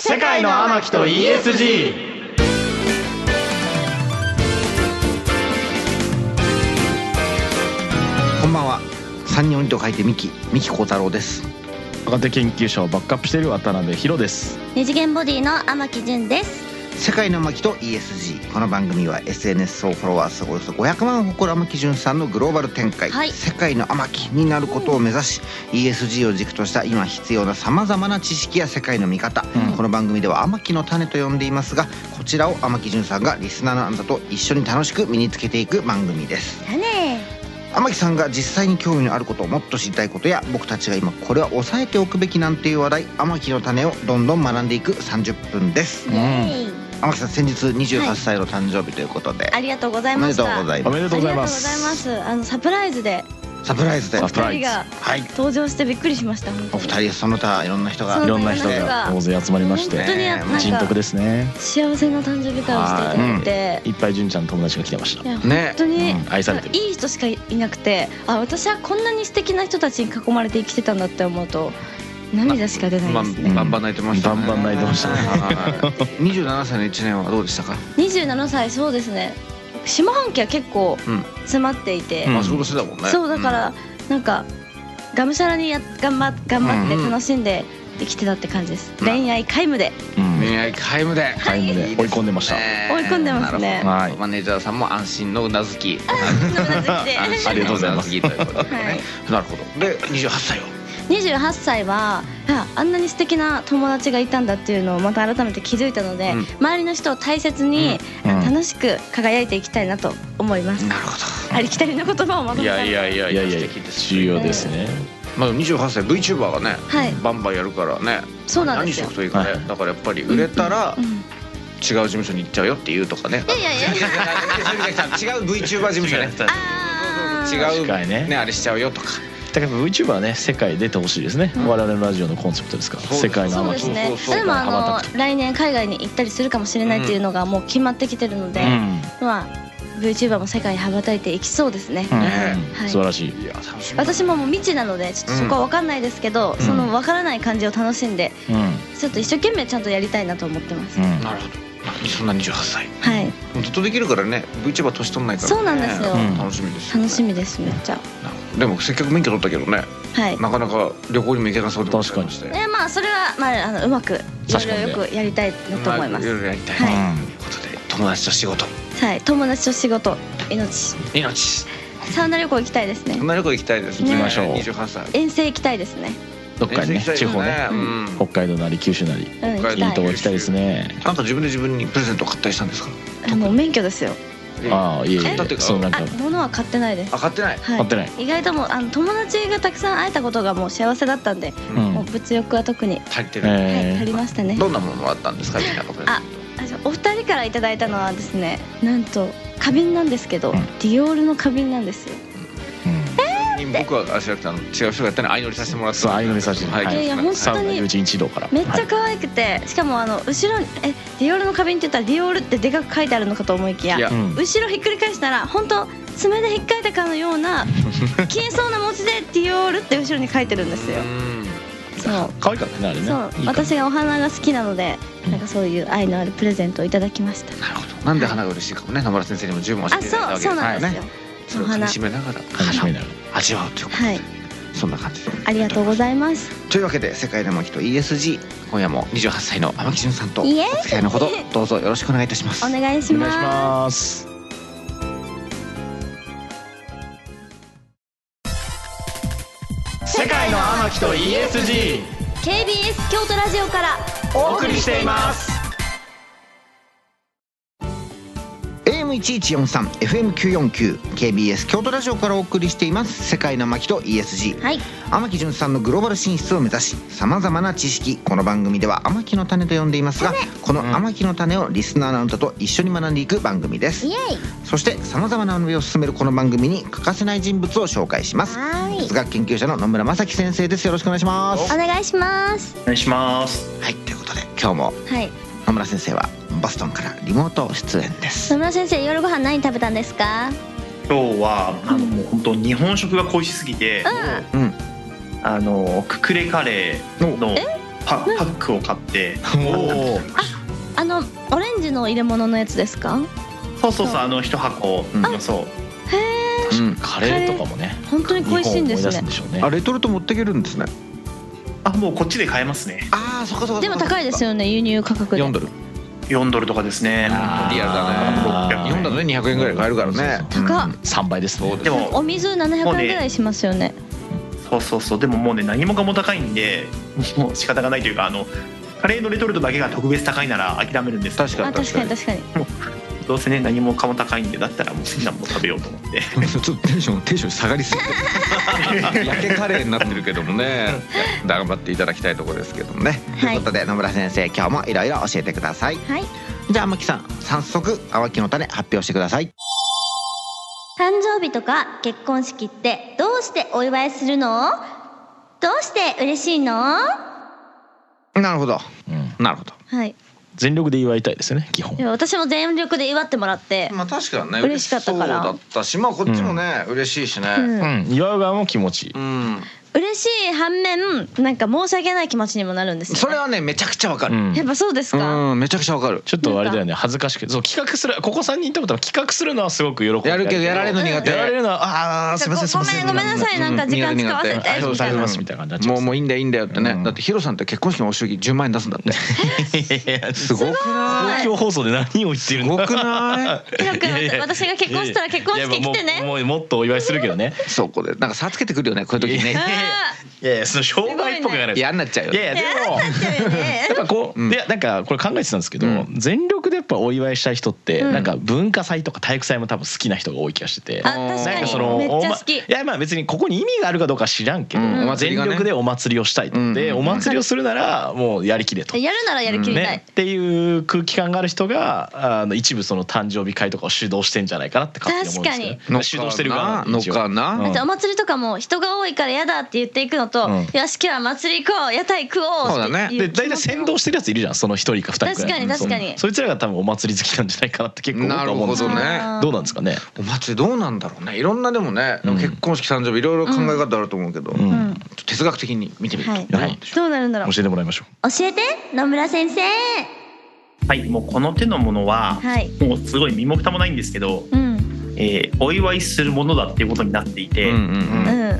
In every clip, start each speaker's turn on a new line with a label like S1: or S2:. S1: 世界の天木と ESG
S2: こんばんは三人鬼と書いてミキミキコ太郎です
S1: 若手研究者をバックアップしている渡辺博です
S3: 二次元ボディの天木純です。
S2: 世界の巻と ESG この番組は SNS 総フォロワー数およそ500万を誇る天木純さんのグローバル展開、
S3: はい
S2: 世界の天木になることを目指し ESG を軸とした今必要なさまざまな知識や世界の見方、
S1: うん
S2: この番組では天木の種と呼んでいますがこちらを天木純さんがリスナーのあなたと一緒に楽しく身につけていく番組です
S3: だね。
S2: 天木さんが実際に興味のあることをもっと知りたいことや僕たちが今これは抑えておくべきなんていう話題天木の種をどんどん学んでいく30分です
S3: イエーイ
S2: 天木さん先日
S3: は
S2: 28
S3: い
S2: 歳の誕生日ということで、
S3: ありがとうござい
S2: おめ
S3: ま
S2: で
S3: し
S2: と
S3: た。
S2: うござい
S1: お
S2: ま
S1: め
S3: あ
S1: で
S3: り
S1: とうございま
S3: がとうございますす。あのサプライズで、
S2: すサプライズで
S1: サ
S2: は
S1: プライ
S3: 二人
S1: ズ
S3: が
S2: い
S3: 登場してびっくりしました。本当
S2: お
S3: に
S2: 二人その他いろんな人
S3: そ
S2: が
S3: う
S1: いろんな人が大勢集まりまし
S3: 本
S1: て
S3: 当になん
S2: ね
S1: 人
S3: か
S1: 徳ですね
S3: 幸せな誕生日会をしていただいて、
S1: いっぱい純ちゃんの友達が来てました
S3: いや本
S2: ね
S3: 当に
S1: うん愛されてる
S3: いい人しかいなくて、あ私はこんなに素敵な人たちに囲まれて生きてたんだって思うと涙しか出ないですね。
S1: ま
S2: ン泣いてね
S1: バンバン泣いてましたね
S2: はい27歳の1年はどうでしたか、
S3: 二十七歳そうですね。下半期は結構
S2: うん
S3: 詰まっていて。
S1: うん
S2: まあそうしてたもんね
S3: そうだから、なんかがむしゃらにや頑張頑張っ
S2: うんう
S3: て
S2: ん
S3: 楽しんでできてたって感じです、
S2: うん
S3: 恋愛皆 無で
S1: うん
S2: 恋愛皆無で
S1: 皆無で追い込んでました
S2: ね
S3: 追い込んでますね
S2: なるほど
S1: はい
S2: マネージャーさんも安心のうなずき安心
S3: は
S2: のうなずきということで
S3: は
S2: ね
S3: い
S2: なるほどで28歳を
S3: 28歳はああんなに素敵な友達がいたんだっていうのをまた改めて気づいたので、
S2: うん
S3: 周りの人を大切に、
S1: うん
S3: あ楽しく輝いていきたいなと思います、
S2: なるほ
S3: ありきたりの言葉をまと
S2: どい
S3: めた
S2: やいやいや
S1: いやいや
S2: 素敵です
S1: 重要ですね
S2: まあ28歳 VTuber がね
S3: はい
S2: バンバンやるからね
S3: そうなん
S2: 何
S3: です
S2: し
S3: よ
S2: とく、といいかね
S1: はい
S2: だからやっぱり売れたら
S3: うん、
S2: 違う事務所に行っちゃうよっていうとかね
S3: いやいやいや
S2: 違う VTuber 事務所ね
S3: あー
S2: 違
S1: 確
S2: う
S1: かにね
S2: ねあれしちゃうよとか
S1: だから VTuber はね世界出てほしいですね、
S3: うん
S1: 我々のラジオのコンセプトですから
S2: そうです
S1: 世界の
S3: そう
S1: 天
S3: で
S1: 木
S3: すね
S2: そうそうそう
S3: でもあ
S1: 羽ば
S3: の
S1: た
S3: 来年海外に行ったりするかもしれないっていうのがもう決まってきてるので、
S1: うん
S3: まあ VTuber も世界に羽ばたいていきそうですね、
S1: うん
S2: ね
S3: はい
S1: 素晴らしい
S2: いや楽しみだ
S3: 私ももう未知なのでちょっとそこは分かんないですけど、
S1: ん
S3: その分からない感じを楽しんで
S1: うん
S3: ちょっと一生懸命ちゃんとやりたいなと思ってます、
S1: うん
S2: なるほどそんな28歳
S3: はい
S2: ずっとできるからね VTuber 年取んないからね
S3: そうなんですよ
S2: うん楽しみですよね
S3: 楽しみですめっちゃ
S2: なるほどでもせっかく免許取ったけどね
S3: はい
S2: なかなか旅行にも行けなそうでございまして
S3: えまあそれは、まあ、あのうまくいろいろよくやりたいなと思いま
S2: あい
S3: す、
S2: ろいろやりたい
S3: はい
S2: なということで友達と仕事
S3: はい友達と仕事命
S2: 命
S3: サウナ旅行行きたいですね
S2: そんな旅行行きたいです
S3: 行き
S1: ましょう
S2: 28歳
S3: 遠征行きたいですね
S1: どっかに
S2: 遠征行
S1: ね
S2: きたい
S1: 地
S2: よ
S1: 方ね、
S2: うん
S1: 北海道なり九州なり
S3: うん行き
S1: いい
S3: た
S1: と
S3: い
S1: こ行きたいですね
S2: あんた自分で自分にプレゼントを買ったりしたんですか
S3: あの免許ですよ
S1: ああいえい
S2: 買ったっ
S1: え
S2: ていうか
S1: そんなん
S3: あ
S1: か
S3: 物は買ってないです
S2: あ買ってない
S3: はい
S1: 買ってない
S3: 意外ともうあの友達がたくさん会えたことがもう幸せだったんで、
S1: う
S3: もうん物欲は特に、
S2: 足りてる
S3: はい、
S1: え
S3: 足りましたね
S2: どんなものもらったんですかみんなのプレゼン
S3: ああじゃあお二人からいただいたのはですねなんと花瓶なんですけど、
S1: うん
S3: ディオールの花瓶なんですよ
S1: ーうん
S2: トに僕はあしらくてあの違う人がやったのに相乗りさせてもらって
S1: そう相乗りさせて
S2: はい
S1: はい
S3: やいや本当
S1: サウナ
S3: に
S1: 友人一同から
S3: めっち
S1: は
S3: ゃ
S1: い
S3: 可愛くて、しかもあの後ろにえディオールの花瓶って言ったらディオールってでかく書いてあるのかと思いきや
S2: いや
S1: うん
S3: 後ろひっくり返したら本当爪でひっかいたかのような消えそうな文字でディオールって後ろに書いてるんですよそう
S1: 可愛かったねあれね
S3: そう
S1: いいか
S3: 私がお花が好きなので、なんかそういう愛のあるプレゼントをいただきました。
S2: なるほどなんで花が嬉しいかもね野村先生にも十分教え
S3: あ、
S2: ていただいた
S3: そ
S2: わけですから
S3: う、そうなんです
S2: ね
S3: よ。
S2: それ
S3: お
S2: をかみ
S3: 花、
S2: しめながら
S1: 楽しみなが
S2: 味わうということ
S3: はい、
S2: でそんな感じで
S3: ありがとうございます。
S2: というわけで「世界の巻と ESG」今夜も28歳の天木純さんとお
S3: イエーイ
S2: 付き合いのほどどうぞよろしくお願いいたします
S3: お願いし
S1: らお願いし
S3: ま
S1: ます世界の天木と ESG
S3: す。KBS 京都ラジオから。
S1: お送りしています
S2: AM1143FM949KBS 京都ラジオからお送りしています「世界の巻と ESG」
S3: はい、
S2: 天木純さんのグローバル進出を目指しさまざまな知識この番組では「天木の種」と呼んでいますがこの「天木の種」をリスナーのあなたと一緒に学んでいく番組です
S3: イエイ。
S2: そしてさまざまな学びを進めるこの番組に欠かせない人物を紹介します
S3: は
S2: 哲
S3: い。
S2: 学研究者の野村正樹先生ですよろしくお願いします
S3: お願いします。
S4: お願いします。
S2: はいということで今日も
S3: はい、
S2: 野村先生はボストンからリモート出演です
S3: 野村先生、夜ご飯何食べたんですか。
S4: 今日はあのもう本当日本食が恋しすぎて、
S3: うん、
S2: うん
S4: あのククレカレーの
S2: お
S4: あパパックを買って
S2: おお
S3: あのオレンジの入れ物のやつですか
S4: そうそうそうあの一箱、
S2: うん
S4: あそう
S2: うん
S5: カレーとかもね
S3: 本当に恋しいんで
S5: 日本を思い出す
S3: すね
S5: んでしょうね
S2: あレトルト持っていけるんですね
S4: あもうこっちで買えますね
S2: ああそっかそっか
S3: でも高いですよね輸入価格で
S2: 4ドル
S4: 4ドルとかですね
S5: あー
S2: リアルだ
S4: ね
S2: 日本だとね200円ぐらいで買えるからね
S5: そうそう
S3: 高っ
S2: うん
S5: 3倍です
S4: でも
S3: お水700
S4: も
S3: 円
S4: うね
S3: ぐらいしますよね
S4: そうそうそうでももうね何もかも高いんでもう仕方がないというかあのカレーのレトルトだけが特別高いなら諦めるんですけど
S2: 確か
S3: あ
S2: に
S3: 確かに確かに
S4: どうせね何もかも高いんでだったらもう好きなもの食べようと思って
S2: ちょっとテンションテンション下がりすぎてる 焼けカレーになってるけどもね頑張っていただきたいところですけどもね、と
S3: はい
S2: いうことで野村先生今日もいろいろ教えてください
S3: はい
S2: じゃあ天木さん早速天木の種発表してください
S6: 誕生日とか結婚式ってどうしてお祝いするのどうして嬉しいの
S2: なるほど
S5: うん
S2: なるほど
S3: はい
S5: 全力で祝いたいですよね基本
S3: いや私も全力で祝ってもらって
S2: まあ確かにね
S3: 嬉しかったから
S2: そうだったしまあこっちもね、嬉しいし
S3: う
S2: ね
S3: ん
S5: うん祝う側も気持ちいい
S2: うん、
S3: 嬉しい反面なんか申し訳ない気持ちにもなるんですよね
S2: それはねめちゃくちゃわか
S5: う
S2: る、
S5: ん
S3: やっぱそうですか
S2: うんめちゃくちゃわかる
S5: ちょっとあれだよね恥ずかしくそう企画するここ三人とも多分企画するのはすごく喜んで
S2: やるけどやられるの苦手
S5: やられるのはあーすいませんすい
S3: ご
S5: ません
S3: ごめんごめんなさいなんか時間使わせて
S2: うん
S3: みたい
S5: ありがとうござい
S3: な
S5: ますみたいな感じにな
S2: もう
S5: っ
S2: もういいんだよいいんだよってね、
S5: うん
S2: だってヒロさんって結婚式のお祝儀10万円出すんだって
S5: ちゃ いますいやいや
S2: すごくない
S5: 公共放送で何を言ってい
S2: す
S5: るの
S2: ごくない
S3: ヒロ君私が結婚したら結婚式来て
S5: いやいや
S3: ね
S5: もうもうもっとお祝いするけどね
S2: そうこれなんか差つけてくるよねこういう時ね
S3: あ
S5: いやいやその商売っぽくない
S2: 嫌になっちゃうよ
S5: いやいやでも
S3: ーよね
S5: やっぱこう、
S2: うん
S5: いやなんかこれ考えてたんですけど、
S2: うん
S5: 全力でやっぱお祝いしたい人って、
S3: うん
S5: なんか文化祭とか体育祭も多分好きな人が多い気がしてて。
S3: あ
S2: ー
S3: 確
S5: なん
S3: か
S5: かそ
S3: に
S5: の
S3: めっ
S5: お
S3: ちゃ
S5: ま
S3: 好き
S5: いやまあ別にここに意味があるかどうかは知らんけど、
S2: うん
S3: お
S2: 祭りが
S5: 全
S2: ね
S5: 力でお祭りをしたいと、
S2: うん
S5: でお祭りをするならもうやりきれと、
S3: やるならやりきりた
S5: ね
S3: い、
S5: っていう空気感がある人があの一部その誕生日会とかを主導してんじゃないかなって勝手に思うんですけど、
S3: 確
S5: まあ主導してる側なんで
S2: の
S5: 一応
S2: か
S5: うん
S2: な
S3: あとお祭りとかも人が多いから嫌だって言っていくのと、
S5: うん
S3: よし今日は祭り行こう屋台食おう
S2: そうだね
S3: ってい
S5: で大体先導してるやついるじゃんその一人か二人くらい
S3: 確かに確かに
S5: そうそいつらが多分お祭り好きなんじゃないかなって結構
S2: な
S5: 僕
S2: る
S5: は思うん
S2: ほ
S5: ですけ
S2: ど
S5: ど
S2: ね
S5: どうなんですかね
S2: お祭りどうなんだろうねいろんなでもねでも
S5: うん
S2: 結婚式誕生日いろいろ考え方あると思うけど、
S5: うん
S3: うん
S2: 哲学的に見てみると、
S3: はい
S2: どうなんでしょ
S3: どうなるんだろう
S5: 教えてもらいましょ
S6: 教えて野村先生
S4: はいもうこの手のものは、
S3: はい
S4: もうすごい身も蓋もないんですけど、
S3: うん
S4: えーお祝いするものだっていうことになっていうて、
S2: うんうんうん
S3: うん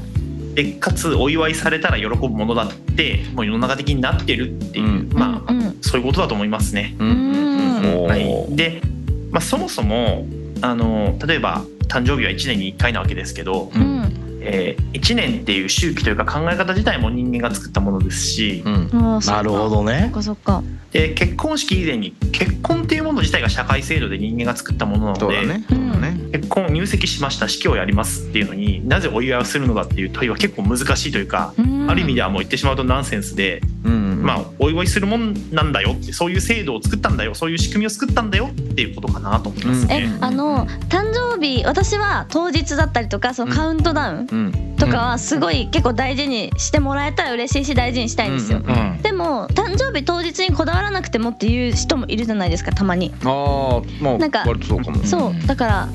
S4: でかつお祝いされたら喜ぶものだってもう世の中的になってるっていう、
S2: うん
S4: まあ、
S3: うんうん
S4: そういうことだと思いますね。
S2: うんうんうん
S5: おー
S4: はい、で、まあ、そもそもあの例えば誕生日は1年に1回なわけですけど、
S2: う
S3: うんん
S4: え1年っていう周期というか考え方自体も人間が作ったものですし
S2: うん
S3: あー
S5: う
S3: そっ
S5: な
S3: か
S5: るほど
S3: そ
S5: ね
S3: っかそっか
S4: で結婚式以前に結婚っていうもの自体が社会制度で人間が作ったものなの
S2: そう
S4: で、
S2: だねそうだね
S4: 結婚入籍しました式をやりますっていうのになぜお祝いをするのかっていう問いは結構難しいというか、
S3: うん
S4: ある意味ではもう言ってしまうとナンセンスで、
S2: うん
S4: まあお祝いするもんなんだよってそういう制度を作ったんだよそういう仕組みを作ったんだよっていうことかなと思います
S2: うん
S3: え
S4: ね。
S3: あの誕生日私は当日だったりとかそのカウントダウン
S2: うん
S3: とかはすごい結構大事にしてもらえたら嬉しいし大事にしたいんですよ
S2: うん
S5: うんあ
S3: でも誕生日当日にこだわらなくてもっていう人もいるじゃないですかたまに
S2: ああまあ
S3: なんか
S2: 割とそうかも
S3: そううんだから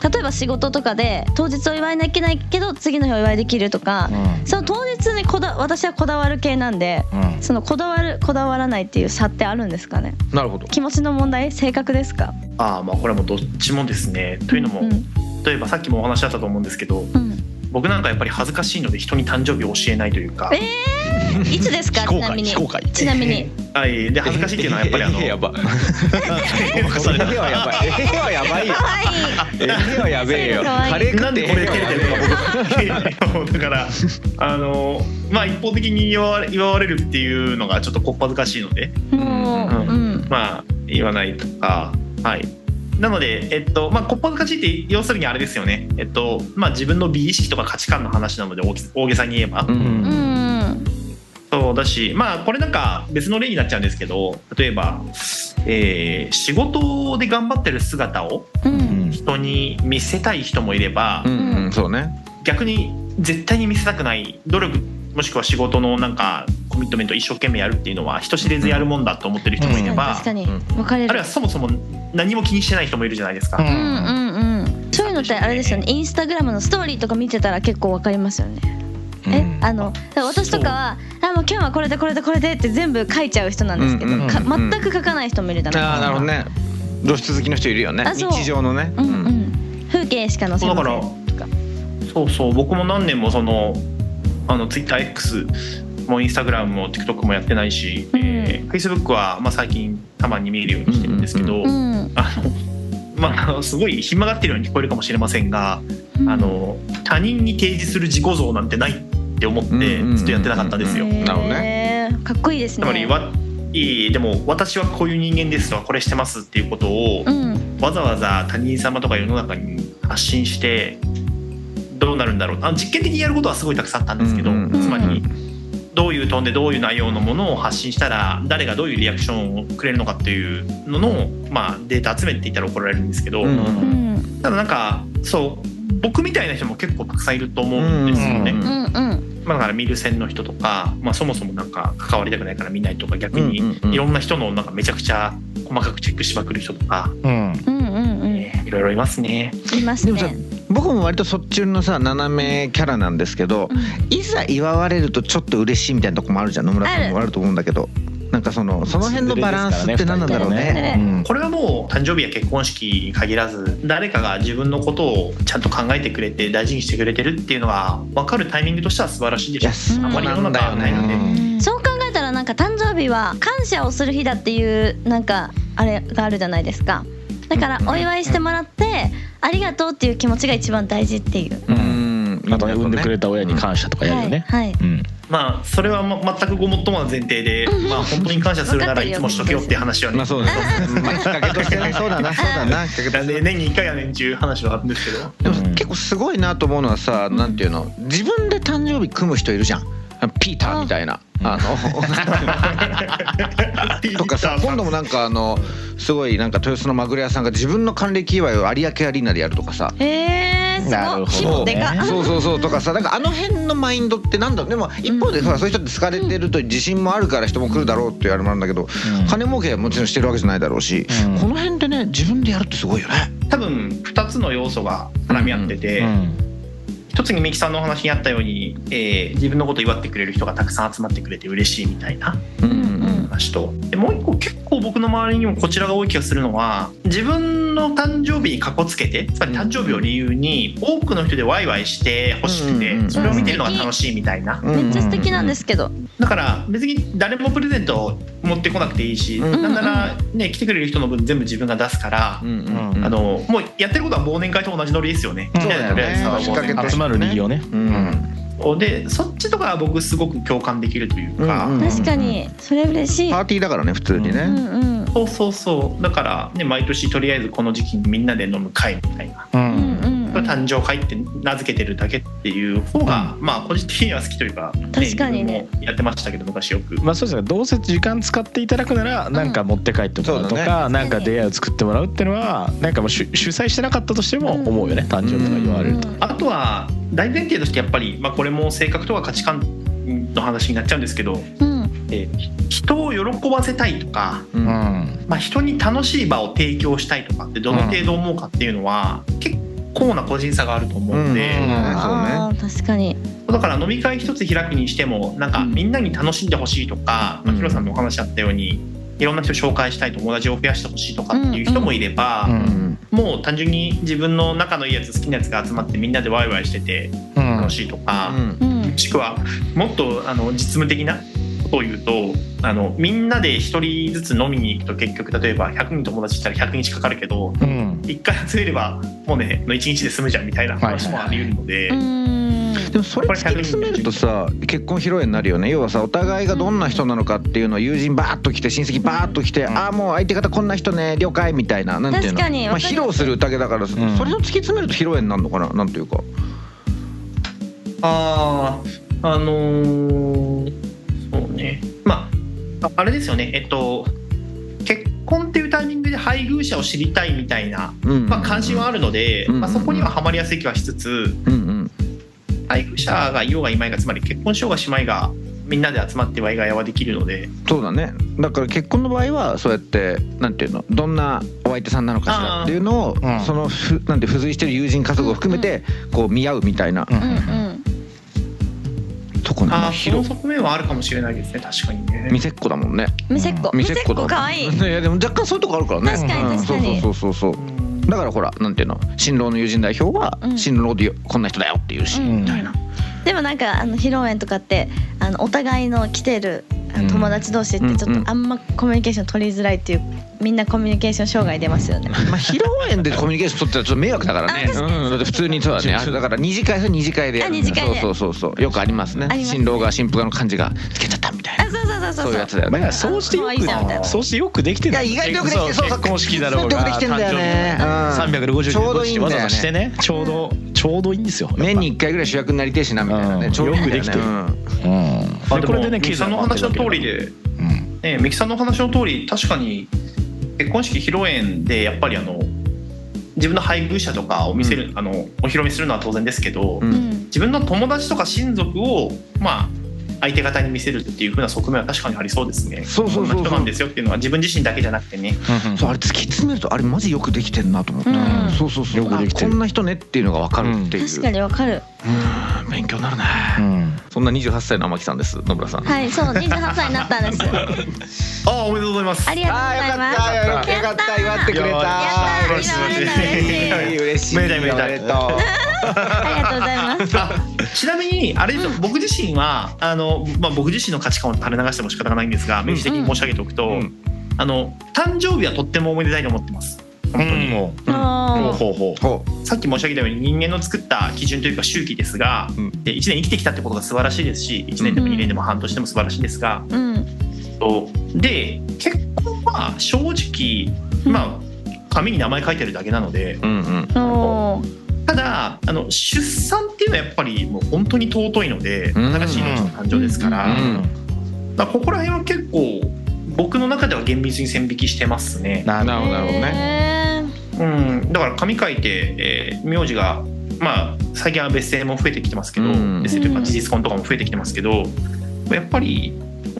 S3: 例えば仕事とかで当日お祝いなきゃいけないけど次の日お祝いできるとか
S5: うん
S3: その当日にこだ私はこだわる系なんで
S5: うん
S3: そのこだわるこだわらないっていう差ってあるんですかね
S2: なるほど
S3: 気持ちの問題性格ですか
S4: ああまあこれはもうどっちもですねというのも、
S3: うん
S4: 例えばさっきもお話しあったと思うんですけど
S3: うん、
S4: 僕なんかやっぱり恥ずかしいので人に誕生日を教えないというか。
S3: えいつですか
S5: 非
S3: ち
S5: 公
S3: な
S5: 開
S3: みに
S5: 非公開
S3: ちなみに
S4: はい、で恥ずかしいっていうのはやっぱ りあの
S2: えへへやば えへへはやばいえへへはやばいよえへへはやべえよ
S3: かわいい
S2: カレー食
S4: な
S2: っ
S4: ん
S2: て
S4: でこれ
S2: えへ
S4: 蹴
S2: へ
S4: れ
S2: はや
S4: てる
S2: べえよ
S4: のかだからあのまあ一方的に祝われ祝われるっていうのがちょっとこっぱずかしいので
S3: もう、
S4: うん
S3: うん
S4: まあ言わないとかはいなのでえっとまあこっぱずかしいって要するにあれですよねえっとまあ自分の美意識とか価値観の話なので大き大げさに言えば、
S2: う
S5: うん
S2: ん
S3: うん
S4: そうだしまあこれなんか別の例になっちゃうんですけど例えば、えー仕事で頑張ってる姿を
S3: う
S5: うんん
S4: 人に見せたい人もいれば、
S2: うんうんそうね
S4: 逆に絶対に見せたくない努力もしくは仕事のなんかコミットメントを一生懸命やるっていうのは人知れずやるもんだと思ってる人もいれば、
S3: 確かに
S2: うん
S3: 確かに分かれ
S4: あるい
S3: る
S4: はそもそも何も気にしてない人もいるじゃないですか。
S5: う
S3: うんんうんうんそういうのってあれですよねインスタグラムのストーリーとか見てたら結構わかりますよねえあの私とかはああもう今日はこれでこれでこれでって全部書いちゃう人なんですけど、
S2: うんうんうん
S3: か全く書かない人もいるじゃない
S2: ああなるほどね露出好きの人いるよね
S3: あそう
S2: 日常のね
S3: うんうん、風景しか載せませんとか
S4: そうそう僕も何年もそのあの TwitterX も Instagram も TikTok もやってないし、
S3: うん
S4: えー Facebook は、まあ、最近たまに見えるようにしてるんですけ
S3: う
S4: ど、
S3: ん
S4: あのまああのすごい暇がってるように聞こえるかもしれませんが、あの他人に提示する自己像なんてないって思っ
S2: うんうん
S4: て
S2: うんうん
S4: ずっとやってなかったんですよ。
S3: へー
S2: なるほど
S3: かっこいいです
S4: つ
S3: ね
S4: まりわいいでも私はこういう人間ですとかこれしてますっていうことを
S3: うん
S4: わざわざ他人様とか世の中に発信してどうなるんだろうあの実験的にやることはすごいたくさんあったんですけど、
S2: うんうん
S4: つま
S3: う
S4: りどういうトーンでどういう内容のものを発信したら誰がどういうリアクションをくれるのかっていうのの、まあ、データ集めていたら怒られるんですけど、
S2: うん
S3: うんうん
S4: ただなんかそう僕みたいな人も結構たくさんいると思うんですよね。
S2: うんうん
S3: うんうん
S4: まあ、だから見る線の人とか、まあ、そもそもなんか関わりたくないから見ないとか逆に
S2: うんうんうん
S4: いろんな人のなんかめちゃくちゃ細かくチェックしまくる人とか、
S5: うん
S3: うんうんうん
S4: ねいろいろいますね。
S3: いますね
S2: でもさ僕も割とそっちのさ斜めキャラなんですけど、いざ祝われるとちょっと嬉しいみたいなとこもあるじゃん野村さんもあると思うんだけどなんかそのその辺のバランスって何なんだろうね。
S5: うん
S4: これはもう誕生日や結婚式に限らず誰かが自分のことをちゃんと考えてくれて大事にしてくれてるっていうのは分かるタイミングとしては素晴らしいで
S2: い
S4: しょ
S2: やそう
S4: あまり世
S2: な
S4: の
S2: んだ
S4: 中
S2: よ
S4: はないので、
S2: ね。
S3: そう考えたらなんか誕生日は感謝をする日だっていうなんかあれがあるじゃないですかだからお祝いしてもらってありがとうっていう気持ちが一番大事っていう、
S2: うん
S5: あとね産んでくれた親に感謝とかやるよね。
S3: はい、はい、
S5: うん
S4: まあそれはま全くごもっともな前提で、まあ、本当に感謝するならいつもしとけよっていう話は
S2: ま
S4: ね
S2: あそうだね。まあきっかけとしてね。そうだな、そうだな。きっかけと
S4: な
S2: し
S4: ん
S2: て
S4: で年に1回やねんっていう話はあるんです けど。
S2: でも結構すごいなと思うのはさ、なんていうの、自分で誕生日組む人いるじゃん。ピーターみたいな。あのとかさ今度もなんかあのすごいなんか豊洲のまぐれ屋さんが自分の還暦祝いを有明アリーナでやるとかさ
S3: えー、
S5: なる
S3: すご
S5: ほど
S3: い火もでかっ
S2: そうそうそうとかさなんかあの辺のマインドってなんだろうでも一方でさ、そういう人って好かれてると自信もあるから人も来るだろうっていうあれもあるんだけど、金儲けはもちろんしてるわけじゃないだろうし、
S5: うん
S2: この辺でね自分でやるってすごいよね。
S4: 多分2つの要素が絡み合ってて、
S5: うん
S4: 一つにミキさんのお話にあったように、えー自分のこと祝ってくれる人がたくさん集まってくれて嬉しいみたいな
S2: うん
S3: うん
S4: 話とでもう一個結構僕の周りにもこちらが多い気がするのは自分の誕生日にかこつけてつまり誕生日を理由に多くの人でワイワイしてほしく
S2: うん。
S4: てそれを見てるのが楽しいみたいな
S3: めっちゃ素敵なんですすけど、
S4: だから別に誰もプレゼントを持ってこなくていいし
S2: うん
S4: なんならね来てくれる人の分全部自分が出すから
S2: うんうん
S5: うん
S4: あのもうやってることは忘年会と同じノリですよね。
S5: そうだよね
S4: みんなでとりあえず忘年会
S5: 集まる理由ね。
S2: うん
S4: でそっちとかは僕すごく共感できるというか、
S2: うんうん
S3: 確かにそれ嬉しい、
S2: パーティーだからね普通に
S3: うん
S2: ね。
S3: うん
S4: そうそうそうだからね毎年とりあえずこの時期にみんなで飲む会みたいな、
S5: う
S3: うんんうんうん
S4: 誕生会って名付けてるだけっていう方が、まあ個人的には好きというか、ね
S3: 確かにね
S4: 自分もやってましたけど昔よく。
S5: まあそうですねどうせ時間使っていただくならなんか持って帰ってもらうと
S2: そうだ
S5: かなんか出会いを作ってもらうっていうのはなんかもう主主催してなかったとしても思うよね誕生日とか言われると。
S4: あとは大前提としてやっぱり、まあ、これも性格とか価値観の話になっちゃうんですけど、
S3: うん
S4: えー人を喜ばせたいとか、
S2: うん
S5: うん
S4: まあ、人に楽しい場を提供したいとかってどの程度思うかっていうのは、結構な個人差があると思うんで。
S2: うん
S3: あー確かに
S4: だから飲み会一つ開くにしてもなんか
S3: うん
S4: みんなに楽しんでほしいとか、
S2: う
S4: まあ、
S2: ん
S4: ヒロさんのお話あったようにいろんな人紹介したい友達を増やしてほしいとかっていう人もいれば、
S5: うん
S2: うん
S4: もう単純に自分の仲のいいやつ好きなやつが集まってみんなでワイワイしてて
S5: うん
S4: 楽しいとか、
S2: うん
S3: うん
S4: もしくはもっとあの実務的なことを言うとあのみんなで1人ずつ飲みに行くと結局例えば100人友達いたら100日かかるけど
S5: うん
S4: 1回集めればもうね1日で済むじゃんみたいな話もあり得るので。
S3: うん
S2: でもそれ突き詰めるとさ結婚披露宴になるよね要はさお互いがどんな人なのかっていうのを友人バーッと来て親戚バーッと来て、
S5: うん
S2: ああもう相手方こんな人ね了解みたいななんていうの
S3: 確かに
S2: まあ、
S3: わかり
S2: 披
S3: ます
S2: 露する宴だから、そ
S5: ん
S2: れを突き詰めると披露宴になるのかななんていうか
S4: あああのーそうねまあああれですよねえっと結婚っていうタイミングで配偶者を知りたいみたいな、
S2: うん
S4: まあ、関心はあるので、
S2: うん
S4: まあ、そこにはハマりやすい気はしつつ
S2: うんうん
S4: 配偶者がいようがいまいがつまり結婚しようがしまいがみんなで集まってワイガヤはできるので
S2: そうだねだから結婚の場合はそうやってなんていうのどんなお相手さんなのかしらっていうのを、
S5: あーうん
S2: そのふなんて付随してる友人家族を含めてこう見合うみたいな、
S5: うん
S3: うんうん
S2: とこな
S4: あ
S2: の
S4: あその
S2: 広
S4: 側面はあるかもしれないですね確かにね
S2: 店っ子だもんね
S3: 見せっこ見せっこ
S2: だもん
S3: 可愛い
S2: いやでも若干そういうとこあるからね
S3: 確かに
S2: うん
S3: 確かに
S2: そうそうそうそうそうだからほらなんていうの新郎の友人代表は
S3: うん
S2: 新郎でよこんな人だよっていうし、
S3: うん
S2: みたいな
S3: でもなんかあの披露宴とかってあのお互いの来てるあの友達同士ってちょ
S2: うん
S3: っ
S2: うん
S3: とあんまコミュニケーション取りづらいっていうみんなコミュニケーション障害出ますよね。
S2: まあ披露宴でコミュニケーション取ってたらちょっと迷惑だからね、
S3: あ確
S2: うん、だって普通にそうだねあだから二次会は二次会でやる
S3: あ二次会で
S2: そうそうそうそうよくありますね
S3: ありますね
S2: 新郎が新婦側の漢字がつけちゃったみたい
S3: あ
S2: な
S3: そ
S2: そ
S3: うそうそうそう
S2: ういうやつだよね
S5: まあそうしてよ
S3: 可愛いじゃんみたい
S5: く
S3: な
S5: そうしてよくできてる
S2: いや意外とよくできてるそうそう
S5: 結婚式だろうが
S2: よくできてんだよね
S5: 誕生日360
S2: ちょうどいいんだよね
S5: わざわざしてねちょうどちょうどいいんですよやっぱ
S2: 年に一回ぐらい主役になりてえしなみたいな
S5: う
S2: ね
S5: ん
S2: ちょうどいいんだ
S5: よくできてる
S2: う
S5: う
S2: ん
S5: ん
S4: あ
S5: で
S4: で
S5: こ
S4: も
S5: れでね
S4: ミキさんの話の通りで
S5: うん
S4: ねミキさんの話の通り確かに結婚式披露宴でやっぱりあの自分の配偶者とかを見せる、あのお披露目するのは当然ですけど、
S2: うん
S3: うん
S4: 自分の友達とか親族をまあ相手方に見せるっていう風な側面は確かにありそうですね。
S2: そうそうそうそう
S4: こんな人なんですよっていうのは自分自身だけじゃなくてね。
S2: そうあれ突き詰めるとあれマジよくできてんなと思って、
S3: うん
S2: そうそうそう
S5: よくできてる
S2: あこんな人ねっていうのが分かるっていう、
S3: 確かにわかる。
S2: うん勉強になるね、
S5: うん
S2: そんな28歳の天木さんです野村さん、
S6: はいそう28歳になったん です
S4: ああおめでとうございます。
S6: ありがとうございます
S2: あーよかったよかった祝ってくれた
S6: や
S4: 嬉しい嬉しい
S2: いい嬉しい
S4: めでたいめでたい
S2: おめとう
S6: ありがとうございます
S4: ちなみにあれですよ僕自身はあの、まあ、僕自身の価値観を垂れ流しても仕方がないんですが明示的に申し上げておくと、
S2: うん
S4: あの誕生日はとってもおめでたいと思ってます。本当に
S5: も
S2: う
S5: ほう
S2: ん
S3: あ
S5: ほうほう
S2: ほ
S4: さっき申し上げたように人間の作った基準というか周期ですが、
S2: うん
S4: で1年生きてきたってことが素晴らしいですし1年でも
S3: うん
S4: 2年でも半年でも素晴らしいですが、
S3: ーうん
S4: とで結婚は正直まあ紙に名前書いてるだけなので
S2: ううんうん
S3: おー
S4: ただあの出産っていうのはやっぱりもう本当に尊いので
S2: うん
S4: 新しい命の誕生ですから,、
S2: うん
S4: だからここら辺は結構僕の中では厳密に線引きしてますね。
S5: なる
S2: なるほどなるほどね
S3: へー
S4: うん、だから紙書いて、えー名字がまあ最近は別姓も増えてきてますけど、
S2: うん
S4: 別姓というか事実婚とかも増えてきてますけどやっぱり、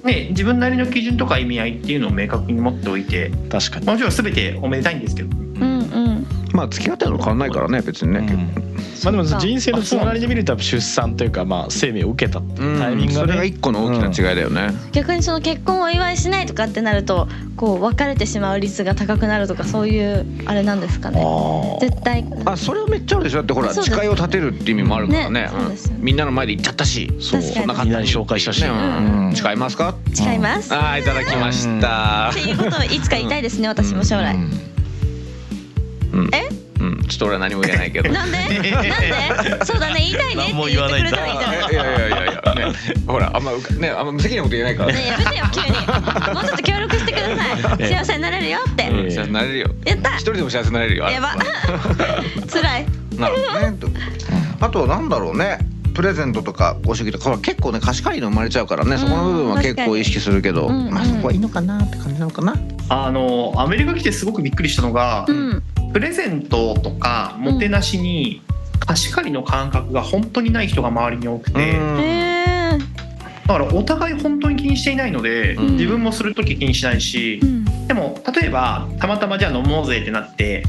S4: ね、自分なりの基準とか意味合いっていうのを明確に持っておいて
S5: 確かに
S4: もちろん全ておめでたいんですけど
S3: うんうん
S2: まあ付き合ってるの変わんないからね別にね、
S5: まあでも人生のつながりで見るとやっぱ出産というかまあ生命を受けたって
S2: う
S5: い
S2: ん
S5: うタイミング
S2: そ
S5: が
S2: れが
S5: ね
S2: 一個の大きな違いだよね、
S3: 逆にその結婚をお祝いしないとかってなるとこう別れてしまう率が高くなるとかそういうあれなんですかね
S5: あ
S3: 絶対
S2: あそれはめっちゃあるでしょだってほら
S3: そうです
S2: 誓いを立てるって意味もあるからね
S3: ねそうですよね
S2: うんみんなの前で言っちゃったし
S5: そう
S3: 確かに
S2: そんな感じ
S5: みんなに紹介したし
S2: ねうん
S5: うん
S2: 誓いますか
S3: 誓います、っ
S2: あーいただきました
S3: ていうことをいつか言いたいですね私も将
S5: あ
S3: 来、
S2: うん
S3: え
S2: うんちょっと俺は何も言えないけ どい
S3: なんでなんでそうだね言いたいねって言ってくれたらいいじゃ
S2: やいやいやいやねほらあんまうかねあんま無責任なこと言えないから
S3: んねやめてよ急にもうちょっと協力してください幸せになれるよって
S2: うん幸せになれるよ
S3: やった
S2: 一人でも幸せになれるよ
S3: やば 辛い
S2: なるほどねと あとはなんだろうねプレゼントとかご祝儀とかほら結構ね貸し借りの生まれちゃうからねそこの部分は結構意識するけど、
S3: うんうん
S2: まあそこはいいのかなって感じなのかな、
S4: あのアメリカ来てすごくびっくりしたのが、
S3: うん
S4: プレゼントとかもてなしに貸し借りの感覚が本当にない人が周りに多くて。
S2: うん
S3: へー
S4: だからお互い本当に気にしていないので、
S2: うん
S4: 自分もする時気にしないし、
S3: うん
S4: でも例えばたまたまじゃあ飲もうぜってなって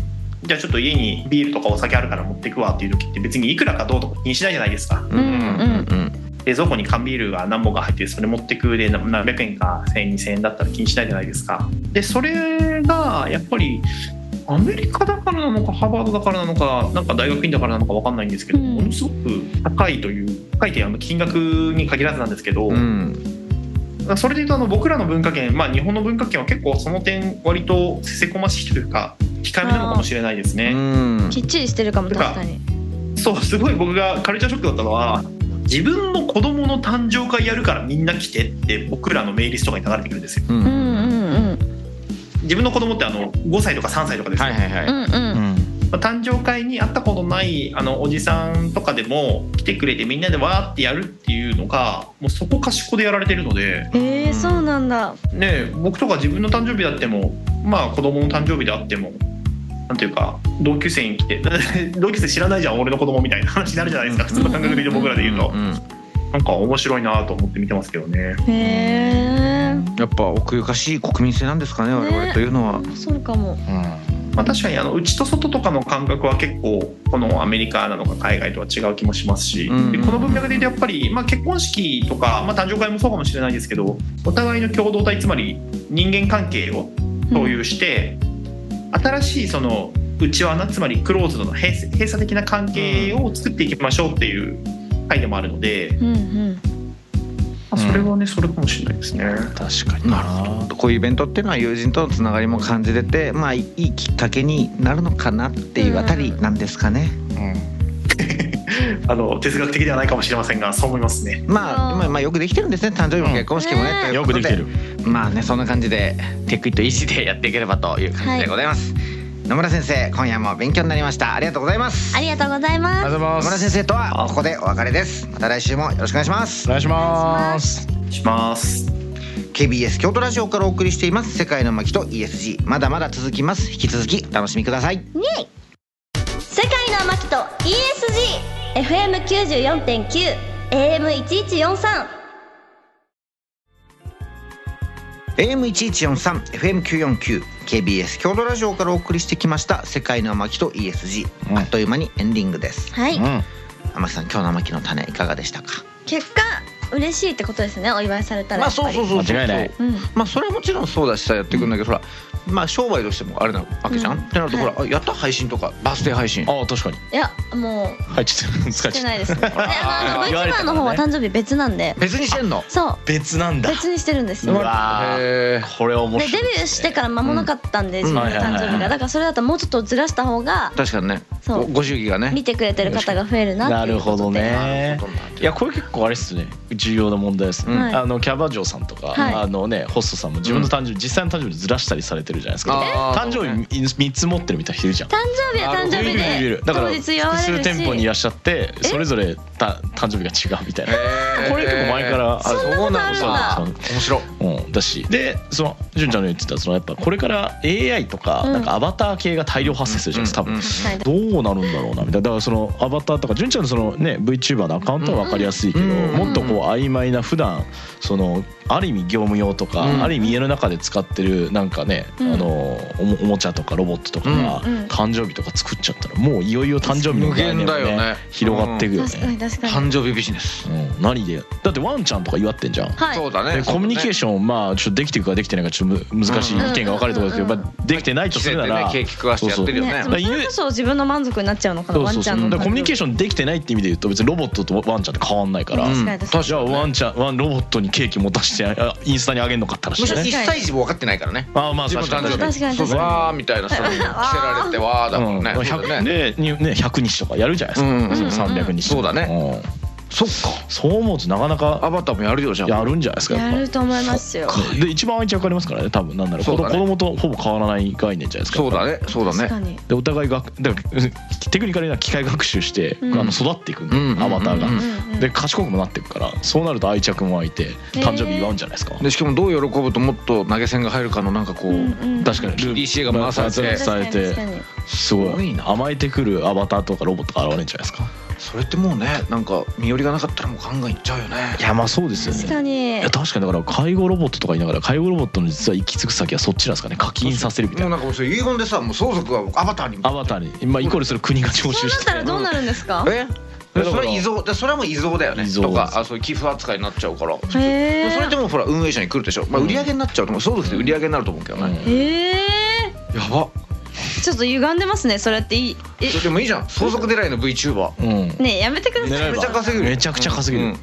S4: じゃあちょっと家にビールとかお酒あるから持ってくわっていう時って別にいくらかどうとか気にしないじゃないですか
S2: うんうんうん
S4: 冷蔵庫に缶ビールが何本か入っててそれ持ってくで何何百円か1000円2000円だったら気にしないじゃないですかでそれがやっぱりアメリカだからなのかハーバードだからなのかなんか大学院だからなのか分かんないんですけど、
S3: うん
S4: ものすごく高いという高いというあの金額に限らずなんですけど、
S2: うん
S4: それで言うとあの僕らの文化圏、まあ、日本の文化圏は結構その点割とせせこましいというか控えめなのかもしれないです
S2: う
S4: ね。
S2: ん
S3: きっちりしてるかも確かに
S4: そうすごい僕がカルチャーショックだったのは自分の子供の誕生会やるからみんな来てって僕らのメイリストが流れてくるんですよ。
S2: う
S3: うん
S2: ん
S3: うんうん
S4: 自分の子供ってあの5歳とか3歳とかです
S2: はい
S4: ね、
S2: はいは
S3: う
S2: い
S3: んうん
S4: まあ誕生会に会ったことないあのおじさんとかでも来てくれてみんなでわーってやるっていうのがもうそこかしこでやられてるので。
S3: えー、そうなんだ
S4: ねえ僕とか自分の誕生日であってもまあ子供の誕生日であってもなんていうか同級生に来て 同級生知らないじゃん俺の子供みたいな話になるじゃないですか普通の感覚で言うと僕らで言うと
S2: んん
S4: なんか面白いなと思って見てますけどね
S3: へえ
S2: やっぱ奥ゆかしい国民性なんですかね我々というのは、
S3: そうかも
S5: うん
S4: まあ、確かにあの内と外とかの感覚は結構このアメリカなのか海外とは違う気もしますし、
S2: うん
S4: でこの文脈で言うとやっぱり、まあ、結婚式とか、まあ、誕生会もそうかもしれないですけどお互いの共同体つまり人間関係を共有して、新しいその内輪なつまりクローズドの閉鎖閉鎖的な関係を作っていきましょうっていう回でもあるので、
S3: うんうん
S4: まあ、それはねそれかもしれないですね。
S5: 確かに
S2: なるほどこういうイベントっていうのは友人とのつながりも感じれてまあいいきっかけになるのかなっていうあたりなんですかね、
S4: あの哲学的ではないかもしれませんがそう思いますね。
S2: まあまあまあよくできてるんですね誕生日も結婚式もね,、
S3: うん
S2: と
S3: ね
S2: いう
S5: よ
S2: こ
S5: く
S2: と
S5: できてる
S2: まあねそんな感じでテクイット EC でやっていければという感じでございます、野村先生今夜も勉強になりましたありがとうございます
S3: ありがとうございます
S5: ありがとうござい
S2: 野
S5: ま
S2: 村
S5: す
S2: 先生とはここでお別れですまた来週もよろしくお願いします
S5: お願いします
S4: します。
S2: KBS 京都ラジオからお送りしています世界の巻と ESG まだまだ続きます引き続きお楽しみください
S6: 世界の天木と ESG FM94.9AM1143
S2: AM1143 FM949 KBS 京都ラジオからお送りしてきました世界の巻と ESG、
S5: うん
S2: あっという間にエンディングです
S3: はい、
S5: うん
S2: 天木さん今日の巻の種いかがでしたか
S3: 結果嬉しいってことですねお祝いされたら
S2: まあそうそうそうそう
S5: 間違いない
S3: うん
S2: まあそれはもちろんそうだしさやっていくんだけど、ほらまあ商売としてもあれなわけじゃん、
S3: うん
S2: ってなるとほら、あやった配信とかバースデー配信
S5: ああ確かに
S3: いやも
S5: 入っちゃってる
S3: う
S5: 使っ
S3: して
S5: ち
S3: な
S5: ゃっ
S3: いですねえあの
S5: 言われ
S3: VTuber
S5: たからね
S3: の方は誕生日別なんで
S2: 別にしてんの
S3: そう
S5: た別なんだ
S3: 別にしてるんです
S5: う
S3: よ
S5: わー
S2: へえ
S5: これは面
S3: で
S5: 白
S3: デ
S5: い
S3: ビューしてから間もなかったんで、
S2: うん
S3: 自分の
S5: はいはい
S3: 誕
S5: はい
S3: 生日がだからそれだともうちょっとずらした方が
S2: 確かにね
S3: そう
S2: ごご祝儀がね
S3: 見てくれてる方が増えるなっていうことで
S5: なるほどね
S2: なるほどなるほど
S5: いやこれ結構あれですね重要な問題ですね、
S2: うん
S3: はい
S5: あのキャバ嬢さんとか、
S3: はい
S5: あのねホストさんも自分の誕生日、実際の誕生日ずらしたりされてるじゃないですか
S2: あー
S5: 誕生日3つ持ってるみたいな人いるじゃん
S3: 誕生日は誕生
S5: いるい
S3: 日
S5: るい
S3: で
S5: るだから
S3: 当
S5: 複
S3: 日祝われ
S5: 数
S3: るし
S5: 店舗にいらっしゃってそれぞれた誕生日が違うみたいなこれ結構前からある
S3: そんなことあるんだ
S5: そうそうそう
S2: 面白い
S5: うん、だしでその純ちゃんの言ってたそのやっぱこれから AI とか,、
S3: うん
S5: なんかアバター系が大量発生するじゃないですか多分、
S2: うん
S3: 確かに
S5: どうなるんだろうなみたいなだからそのアバターとか純ちゃんのそのね VTuber のアカウントは分かりやすいけど、
S2: うん
S5: もっとこう曖昧な普段そのある意味業務用とか、
S2: うん
S5: ある意味家の中で使ってるなんかね、
S3: うん
S5: あのおもおもちゃとかロボットとかが
S3: うんうん
S5: 誕生日とか作っちゃったらもういよいよ誕生日の
S2: 無
S5: 概
S2: 限
S5: 念が
S2: だよ
S5: ね
S2: ね
S5: 広がっていくよ
S3: 確かに
S5: ね、
S3: 確かに
S2: 誕生日ビジネス
S5: うん、何でだってワンちゃんとか祝ってんじゃん
S3: はい
S2: そうだね
S5: でコミュニケー
S2: シ
S5: ションまあちょっとできてるかできてないかちょっとむ難しい意見が分かれるところですけど、
S3: うんうんうん
S5: まあ、できてないとするなら、
S2: ケーキ食わしてやってるよ
S3: ね
S2: ね
S3: でもそれこそ自分の満足になっちゃうのかな
S5: そう
S3: ワ
S5: そ
S3: ン
S5: う
S3: ち
S5: そ
S3: ゃ
S5: うん
S3: の
S5: だからコミュニケー
S3: シ
S5: ションできてないって意味で言うと別にロボットとワンちゃんって変わんないから、
S3: 確か
S2: う
S3: に
S2: ん
S3: 確かに
S5: じゃあワンちゃんワンロボットにケーキ持たしてあインスタにあげるのかって話で
S2: むし
S5: す
S2: ろ
S5: ね
S2: 一歳児も分かってないからね
S5: ああまあ
S2: 自分
S5: 確かに
S2: の誕
S5: 確
S2: 生
S5: かに
S2: 日
S3: 確かに
S2: そうそう
S3: 確かに
S2: わーみたいなその着せられてわーだもんね
S5: うん
S2: そうだ
S5: 100
S2: ね
S5: でにね100日とかやるじゃないですか、
S2: うんうん
S5: その300日とか
S2: そうだ
S5: ね、
S2: そっか
S5: んそう思うとなかな
S2: ア
S5: か
S2: バターもやるよじゃん
S5: やるんじゃないですかやっ
S3: や
S5: ぱ
S3: ると思いますよ
S5: で一番愛着ありますからね多分なんだろう
S2: そう
S5: 子
S2: だね
S5: 供とほぼ変わらない概念じゃないですか
S2: そうだねそうだ
S3: 確か
S2: ね
S3: に
S5: でお互いがだからテクニカルな機械学習して、
S3: うん
S5: あの育っていくん
S2: う
S5: だよ、
S2: んうん
S5: アバターが、
S2: うん
S3: うんうん
S5: で賢くもなっていくからそうなると愛着も湧いて誕生日祝うんじゃないですか、
S2: でしかもどう喜ぶともっと投げ銭が入るかのなんかこう、
S3: うんうん
S5: 確かに
S2: PDCA が回されて
S5: 回
S2: に
S5: され
S3: 確か
S5: て
S3: に確
S5: す
S2: す
S5: ご
S2: ごい
S5: い
S2: な
S5: 甘えてくるアバターとかロボットが現れるんじゃないですか
S2: それってもうねなんか身寄りがなかったらもう考えいっちゃうよね
S5: いやまあそうですよね
S3: 確かに
S5: いや確かにだから介護ロボットとか言いながら介護ロボットの実は行き着く先はそっちなんですかね課金させるみたい
S2: も
S5: うな
S2: なんかもうそれ遺言でさもう相続はアバターに
S5: アバターに、まあ、イコールする国が徴
S3: そう
S5: 収
S3: なっ
S5: して
S3: たらどうなるんですか
S2: えそ
S5: だから
S2: れは遺贈でそれはもう遺贈だよね
S5: 遺贈
S2: とかあそういう寄付扱いになっちゃうからそ
S3: へえ
S2: れでもほら運営者に来るでしょ、まあ、売り上げになっちゃうと思う相続で売り上げになると思うけどね、
S3: ええ
S2: やば
S3: ちょっと歪んでますねそれっていい
S2: それでもいいじゃん相続狙いの VTuber
S5: うん、うん
S3: えねえやめてください
S2: めちゃ稼げる
S5: めちゃくちゃ稼げる、
S2: うん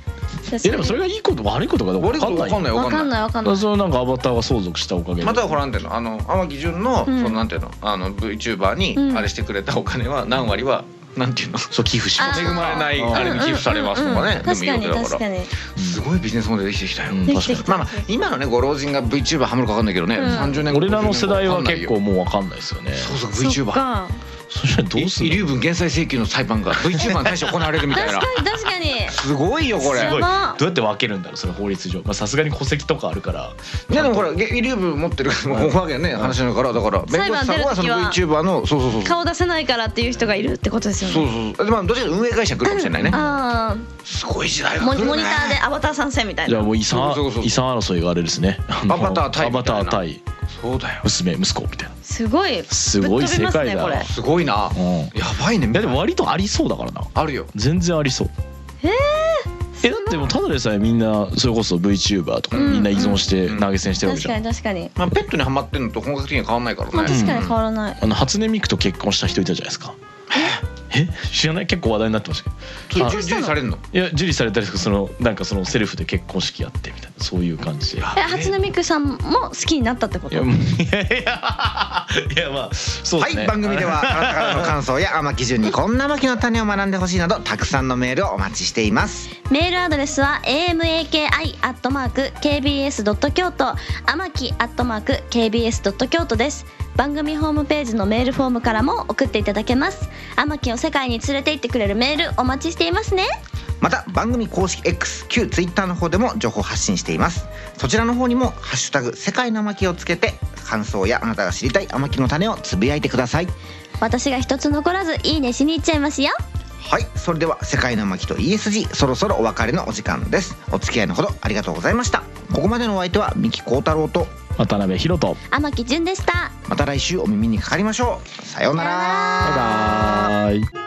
S3: 確か
S5: え
S3: に
S5: でもそれがいいこと悪いことかどうか
S2: 俺
S5: 分か
S2: と
S5: んない
S2: 分かんない
S3: わ
S2: 分
S3: か
S2: か
S3: ん
S2: んない
S3: ないわかんない
S5: あそのなんかアバターが相続したおかげで
S2: またはほらなんていうのあの天城潤の,、
S3: うん
S2: そのなんていうのあの VTuber
S3: う
S2: に
S3: ん
S2: あれしてくれたお金は何割はなんていうの
S5: そう寄付します
S2: 恵まれない
S5: あー
S2: あれに寄付されますとかね、
S3: 確か
S2: で
S3: に
S2: もいいわけ
S3: 確
S2: だか
S3: かに
S2: らすごいビジネスモデルできてきたよ、
S5: うん
S3: でき
S5: 確
S3: てき
S5: か
S3: た
S2: まあまあ今のねご老人が VTuber ハマるか分かんないけどね、
S3: うん
S2: 30年
S5: に俺らの世代は結構
S2: 50
S5: もう分かんないですよね
S2: 年後そう
S3: そ
S2: そう
S3: っ
S2: VTuber
S3: か
S5: そしたらどうす
S2: 遺
S5: んの
S2: 留分減債請求の裁判が VTuber に対して行われるみたい
S3: 確
S2: な
S3: かに確かに
S2: すごいよこれ
S3: す
S5: すごいど
S3: ば
S5: うやって分けるんだろうそれ法律上まあさすがに戸籍とかあるから
S2: ねでもほらげ遺留分持ってるからもうわけね話だからだから弁
S3: 裁
S2: 護士
S3: 判
S2: さん
S3: 出る
S2: はそ
S3: 時
S2: の
S3: は
S2: VTuber のそうそうそうそう
S3: 顔出せないからっていう人がいるってことですよね
S2: そうそうそうまあどっちかというと運営会社来るかもしれないね
S3: あ
S2: すごい時代
S3: あ
S2: が
S3: モ
S2: 来
S3: ニ
S2: るね
S3: モニターでアバター参戦みたい
S5: じゃあ
S3: な
S5: もう遺産
S2: そうそうそう
S5: 遺産争いがあれですねあの
S2: アバター対
S5: アバター対
S2: そそうだよ
S5: 娘息子みたいな
S7: すごい
S5: すごい世
S7: ぶっ
S5: 界だ
S7: 飛びますね
S2: すごいな
S5: うんい
S2: やばいね
S5: やでも割とありそうだからな
S2: あるよ
S5: 全然ありそう
S7: え
S5: えだってもうただでさえみんなそれこそ VTuber とか
S7: うん
S5: みんな依存して
S2: うん
S5: 投げ銭してる
S7: これ
S5: わけ
S7: 確
S5: じゃん
S7: かに確かに
S2: まあペットにはまってんのと本格的には変わんないからね
S7: まあ確かに変わらない、
S5: あの初音ミクと結婚した人いたじゃないですか。え知らない結構話題になってましたけ
S2: それ
S5: あ
S2: 重視されるの
S5: どいや受理されたりとかそのなんかそのセルフで結婚式やってみたいなそういう感じで。い
S7: え初音ミクさんも好きになったってこと
S5: やもういやいやいやまあそうで
S2: は
S5: すね。
S2: い番組ではあなたからの感想や天木順にこんな牧の種を学んでほしいなどたくさんのメールをお待ちしています
S3: メールアドレスは amaki.kbs. 京都あまき .kbs. 京都です番組ホームページのメールフォームからも送っていただけますあまきを世界に連れて行ってくれるメールお待ちしていますね
S2: また番組公式 X 旧 Twitter の方でも情報発信していますそちらの方にも「ハッシュタグ世界の天木」をつけて感想やあなたが知りたい天木の種をつぶやいてください
S3: 私が一つ残らずいいねしに行っちゃいますよ
S2: はいそれでは「世界の巻」と ESG そろそろお別れのお時間ですお付き合いのほどありがとうございましたここまでのお相手は三木幸太郎と
S5: 渡辺裕人。
S3: あまきじゅんでした
S2: また来週お耳にかかりましょうさようなら
S5: バイバイ。